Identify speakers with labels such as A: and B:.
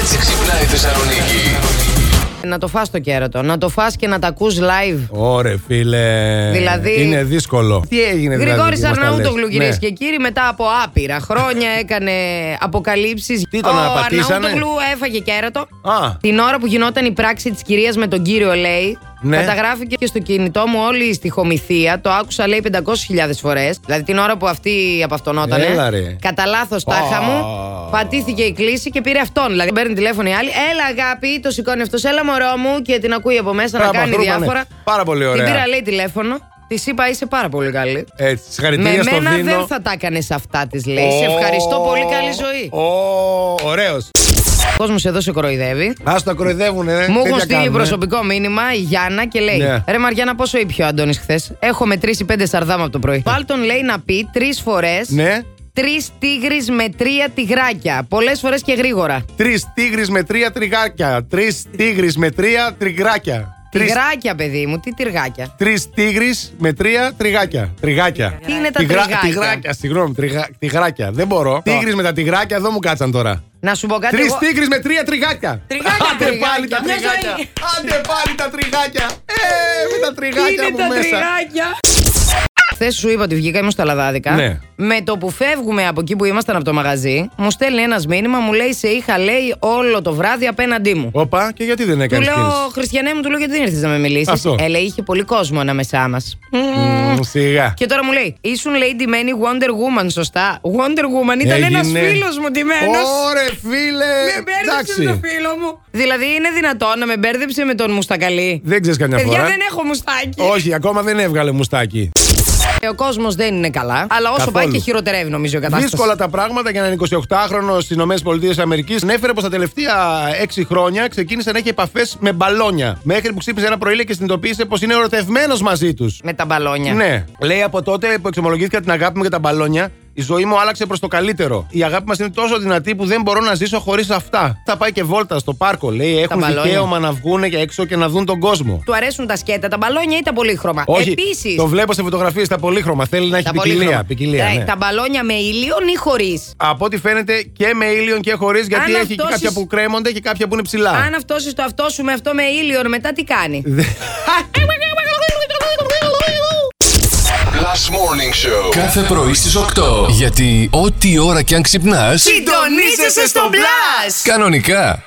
A: έτσι ξυπνάει η Θεσσαλονίκη.
B: Να το φας το κέρατο. Να το φας και να τα ακούς live.
C: Ωρε, φίλε.
B: Δηλαδή-
C: Ε, Είναι δύσκολο. Τι έγινε, δηλαδή.
B: Γρηγόρης
C: μας τα λες.
B: Αρναούτογλου, κυρίες
C: Ναι.
B: και κύριοι, μετά από άπειρα χρόνια έκανε αποκαλύψεις.
C: Τι τον
B: Ο
C: απατήσανε?
B: Αρναούτογλου έφαγε κέρατο.
C: Α.
B: Την ώρα που γινόταν η πράξη της κυρίας με τον κύριο Λέη,
C: Ναι.
B: καταγράφηκε και στο κινητό μου όλη η στοιχομηθεία. Το άκουσα, λέει, 500.000 φορές. Δηλαδή την ώρα που αυτή απαυτονότανε.
C: Έλα, ρε.
B: Κατά λάθος τάχα μου, πατήθηκε η κλίση και πήρε αυτόν. Δηλαδή παίρνει τηλέφωνο η άλλη. Έλα, αγάπη, το σηκώνει αυτός, έλα, μωρό μου και την ακούει από μέσα
C: Πράγμα,
B: να κάνει
C: χρούπανε.
B: διάφορα.
C: Πάρα πολύ ωραία.
B: Την πήρα, λέει, τηλέφωνο. Της είπα, είσαι πάρα πολύ καλή.
C: Έτσι,
B: Με
C: ε, συγχαρητήρια στο
B: μένα
C: Δίνο.
B: δεν θα τα έκανες αυτά, της λέει. Σε ευχαριστώ πολύ, καλή ζωή.
C: Ω, ωραίος.
B: Ο κόσμος εδώ σε κοροϊδεύει.
C: Ας το κοροϊδεύουνε, ε.
B: Μου
C: Τέτοια
B: έχουν στείλει
C: κάνουν, ε.
B: προσωπικό μήνυμα η Γιάννα και λέει:
C: Ναι.
B: Ρε Μαριάννα, πόσο ήπιο ο Αντώνης χθες. Έχω μετρήσει πέντε σαρδάμα από το πρωί. Βάλτον λέει να πει τρεις φορές.
C: Ναι.
B: Τρεις τίγρη με τρία τυγράκια. Πολλές φορές και γρήγορα.
C: Τρεις τίγρε με τρία τριγάκια. Τρεις τίγρε με τρία τριγράκια.
B: Τυγράκια, παιδί μου, τι τυργάκια.
C: Τρει τίγρε με τρία τριγάκια. Τριγάκια.
B: Τι είναι τα τριγάκια?
C: Τιγράκια, συγγνώμη, τριγα- τυγράκια. Δεν μπορώ. Τίγρε με τα τριγάκια εδώ μου κάτσαν τώρα.
B: Να σου πω κάτι.
C: Τρεις
B: εγώ-
C: τίγρε με τρία τριγάκια.
B: Τριγάκια,
C: Άντε
B: τριγάκια.
C: πάλι τα
B: Μια ζωή.
C: τριγάκια. Άντε πάλι τα τριγάκια. Ε, με τα τριγάκια μου μέσα.
B: Χθες σου είπα ότι βγήκα, ήμουν στα λαδάδικα.
C: Ναι.
B: Με το που φεύγουμε από εκεί που ήμασταν από το μαγαζί, μου στέλνει ένας μήνυμα, μου λέει: Σε είχα λέει όλο το βράδυ απέναντί μου.
C: Όπα, και γιατί δεν
B: Του
C: έκανε
B: λέω, Χριστιανέ μου, του λέω γιατί δεν ήρθες να με μιλήσεις.
C: Αυτό.
B: Ε, λέει, είχε πολύ κόσμο ανάμεσά μας.
C: Σιγά.
B: Και τώρα μου λέει, ήσουν λέει ντυμένη Wonder Woman, σωστά. Wonder Woman ήταν ένας
C: Έγινες.
B: φίλος μου ντυμένος.
C: Ωρε φίλε.
B: Με μπέρδεψε το φίλο μου. Δηλαδή, είναι δυνατόν να με μπέρδεψε με τον Μουστακαλί.
C: Δεν ξέρεις καμιά
B: Παιδιά,
C: φορά.
B: δεν έχω μουστάκι.
C: Όχι, ακόμα δεν έβγαλε μουστάκι.
B: Ε, Ο κόσμος δεν είναι καλά. Αλλά όσο
C: Καθόλου.
B: πάει και χειροτερεύει, νομίζω η κατάσταση.
C: Δύσκολα τα πράγματα για έναν 28χρονο στι ΗΠΑ. Ανέφερε πως τα τελευταία 6 χρόνια ξεκίνησε να έχει επαφές με μπαλόνια. Μέχρι που ξύπνησε ένα πρωί λέει, και συνειδητοποίησε πως είναι ερωτευμένος μαζί τους.
B: Με τα μπαλόνια.
C: Ναι. Λέει από τότε που εξομολογήθηκα την αγάπη μου για τα μπαλόνια, η ζωή μου άλλαξε προς το καλύτερο. Η αγάπη μας είναι τόσο δυνατή που δεν μπορώ να ζήσω χωρίς αυτά. Θα πάει και βόλτα στο πάρκο. Λέει έχουν
B: μπαλόνια.
C: δικαίωμα να βγουν και έξω και να δουν τον κόσμο.
B: Του αρέσουν τα σκέτα, τα μπαλόνια ή τα πολύχρωμα. Επίσης.
C: το βλέπω σε φωτογραφίες τα πολύχρωμα. Θέλει να έχει
B: Τα
C: ποικιλία.
B: πολύχρωμα.
C: ποικιλία
B: Τα-
C: ναι.
B: Τα μπαλόνια με ήλιον ή χωρίς.
C: Από ό,τι φαίνεται και με ήλιον και χωρίς,
B: Αν
C: γιατί έχει και
B: αυτός
C: κάποια
B: εις-
C: που κρέμονται και κάποια που είναι ψηλά.
B: Αν αυτός το αυτό σου με αυτό με ήλιον, μετά τι κάνει.
A: Last Morning Show.
D: Κάθε πρωί στις 8. Γιατί ό,τι ώρα κι αν ξυπνάς,
B: Συντονίζεσαι στο μπλα!
D: κανονικά.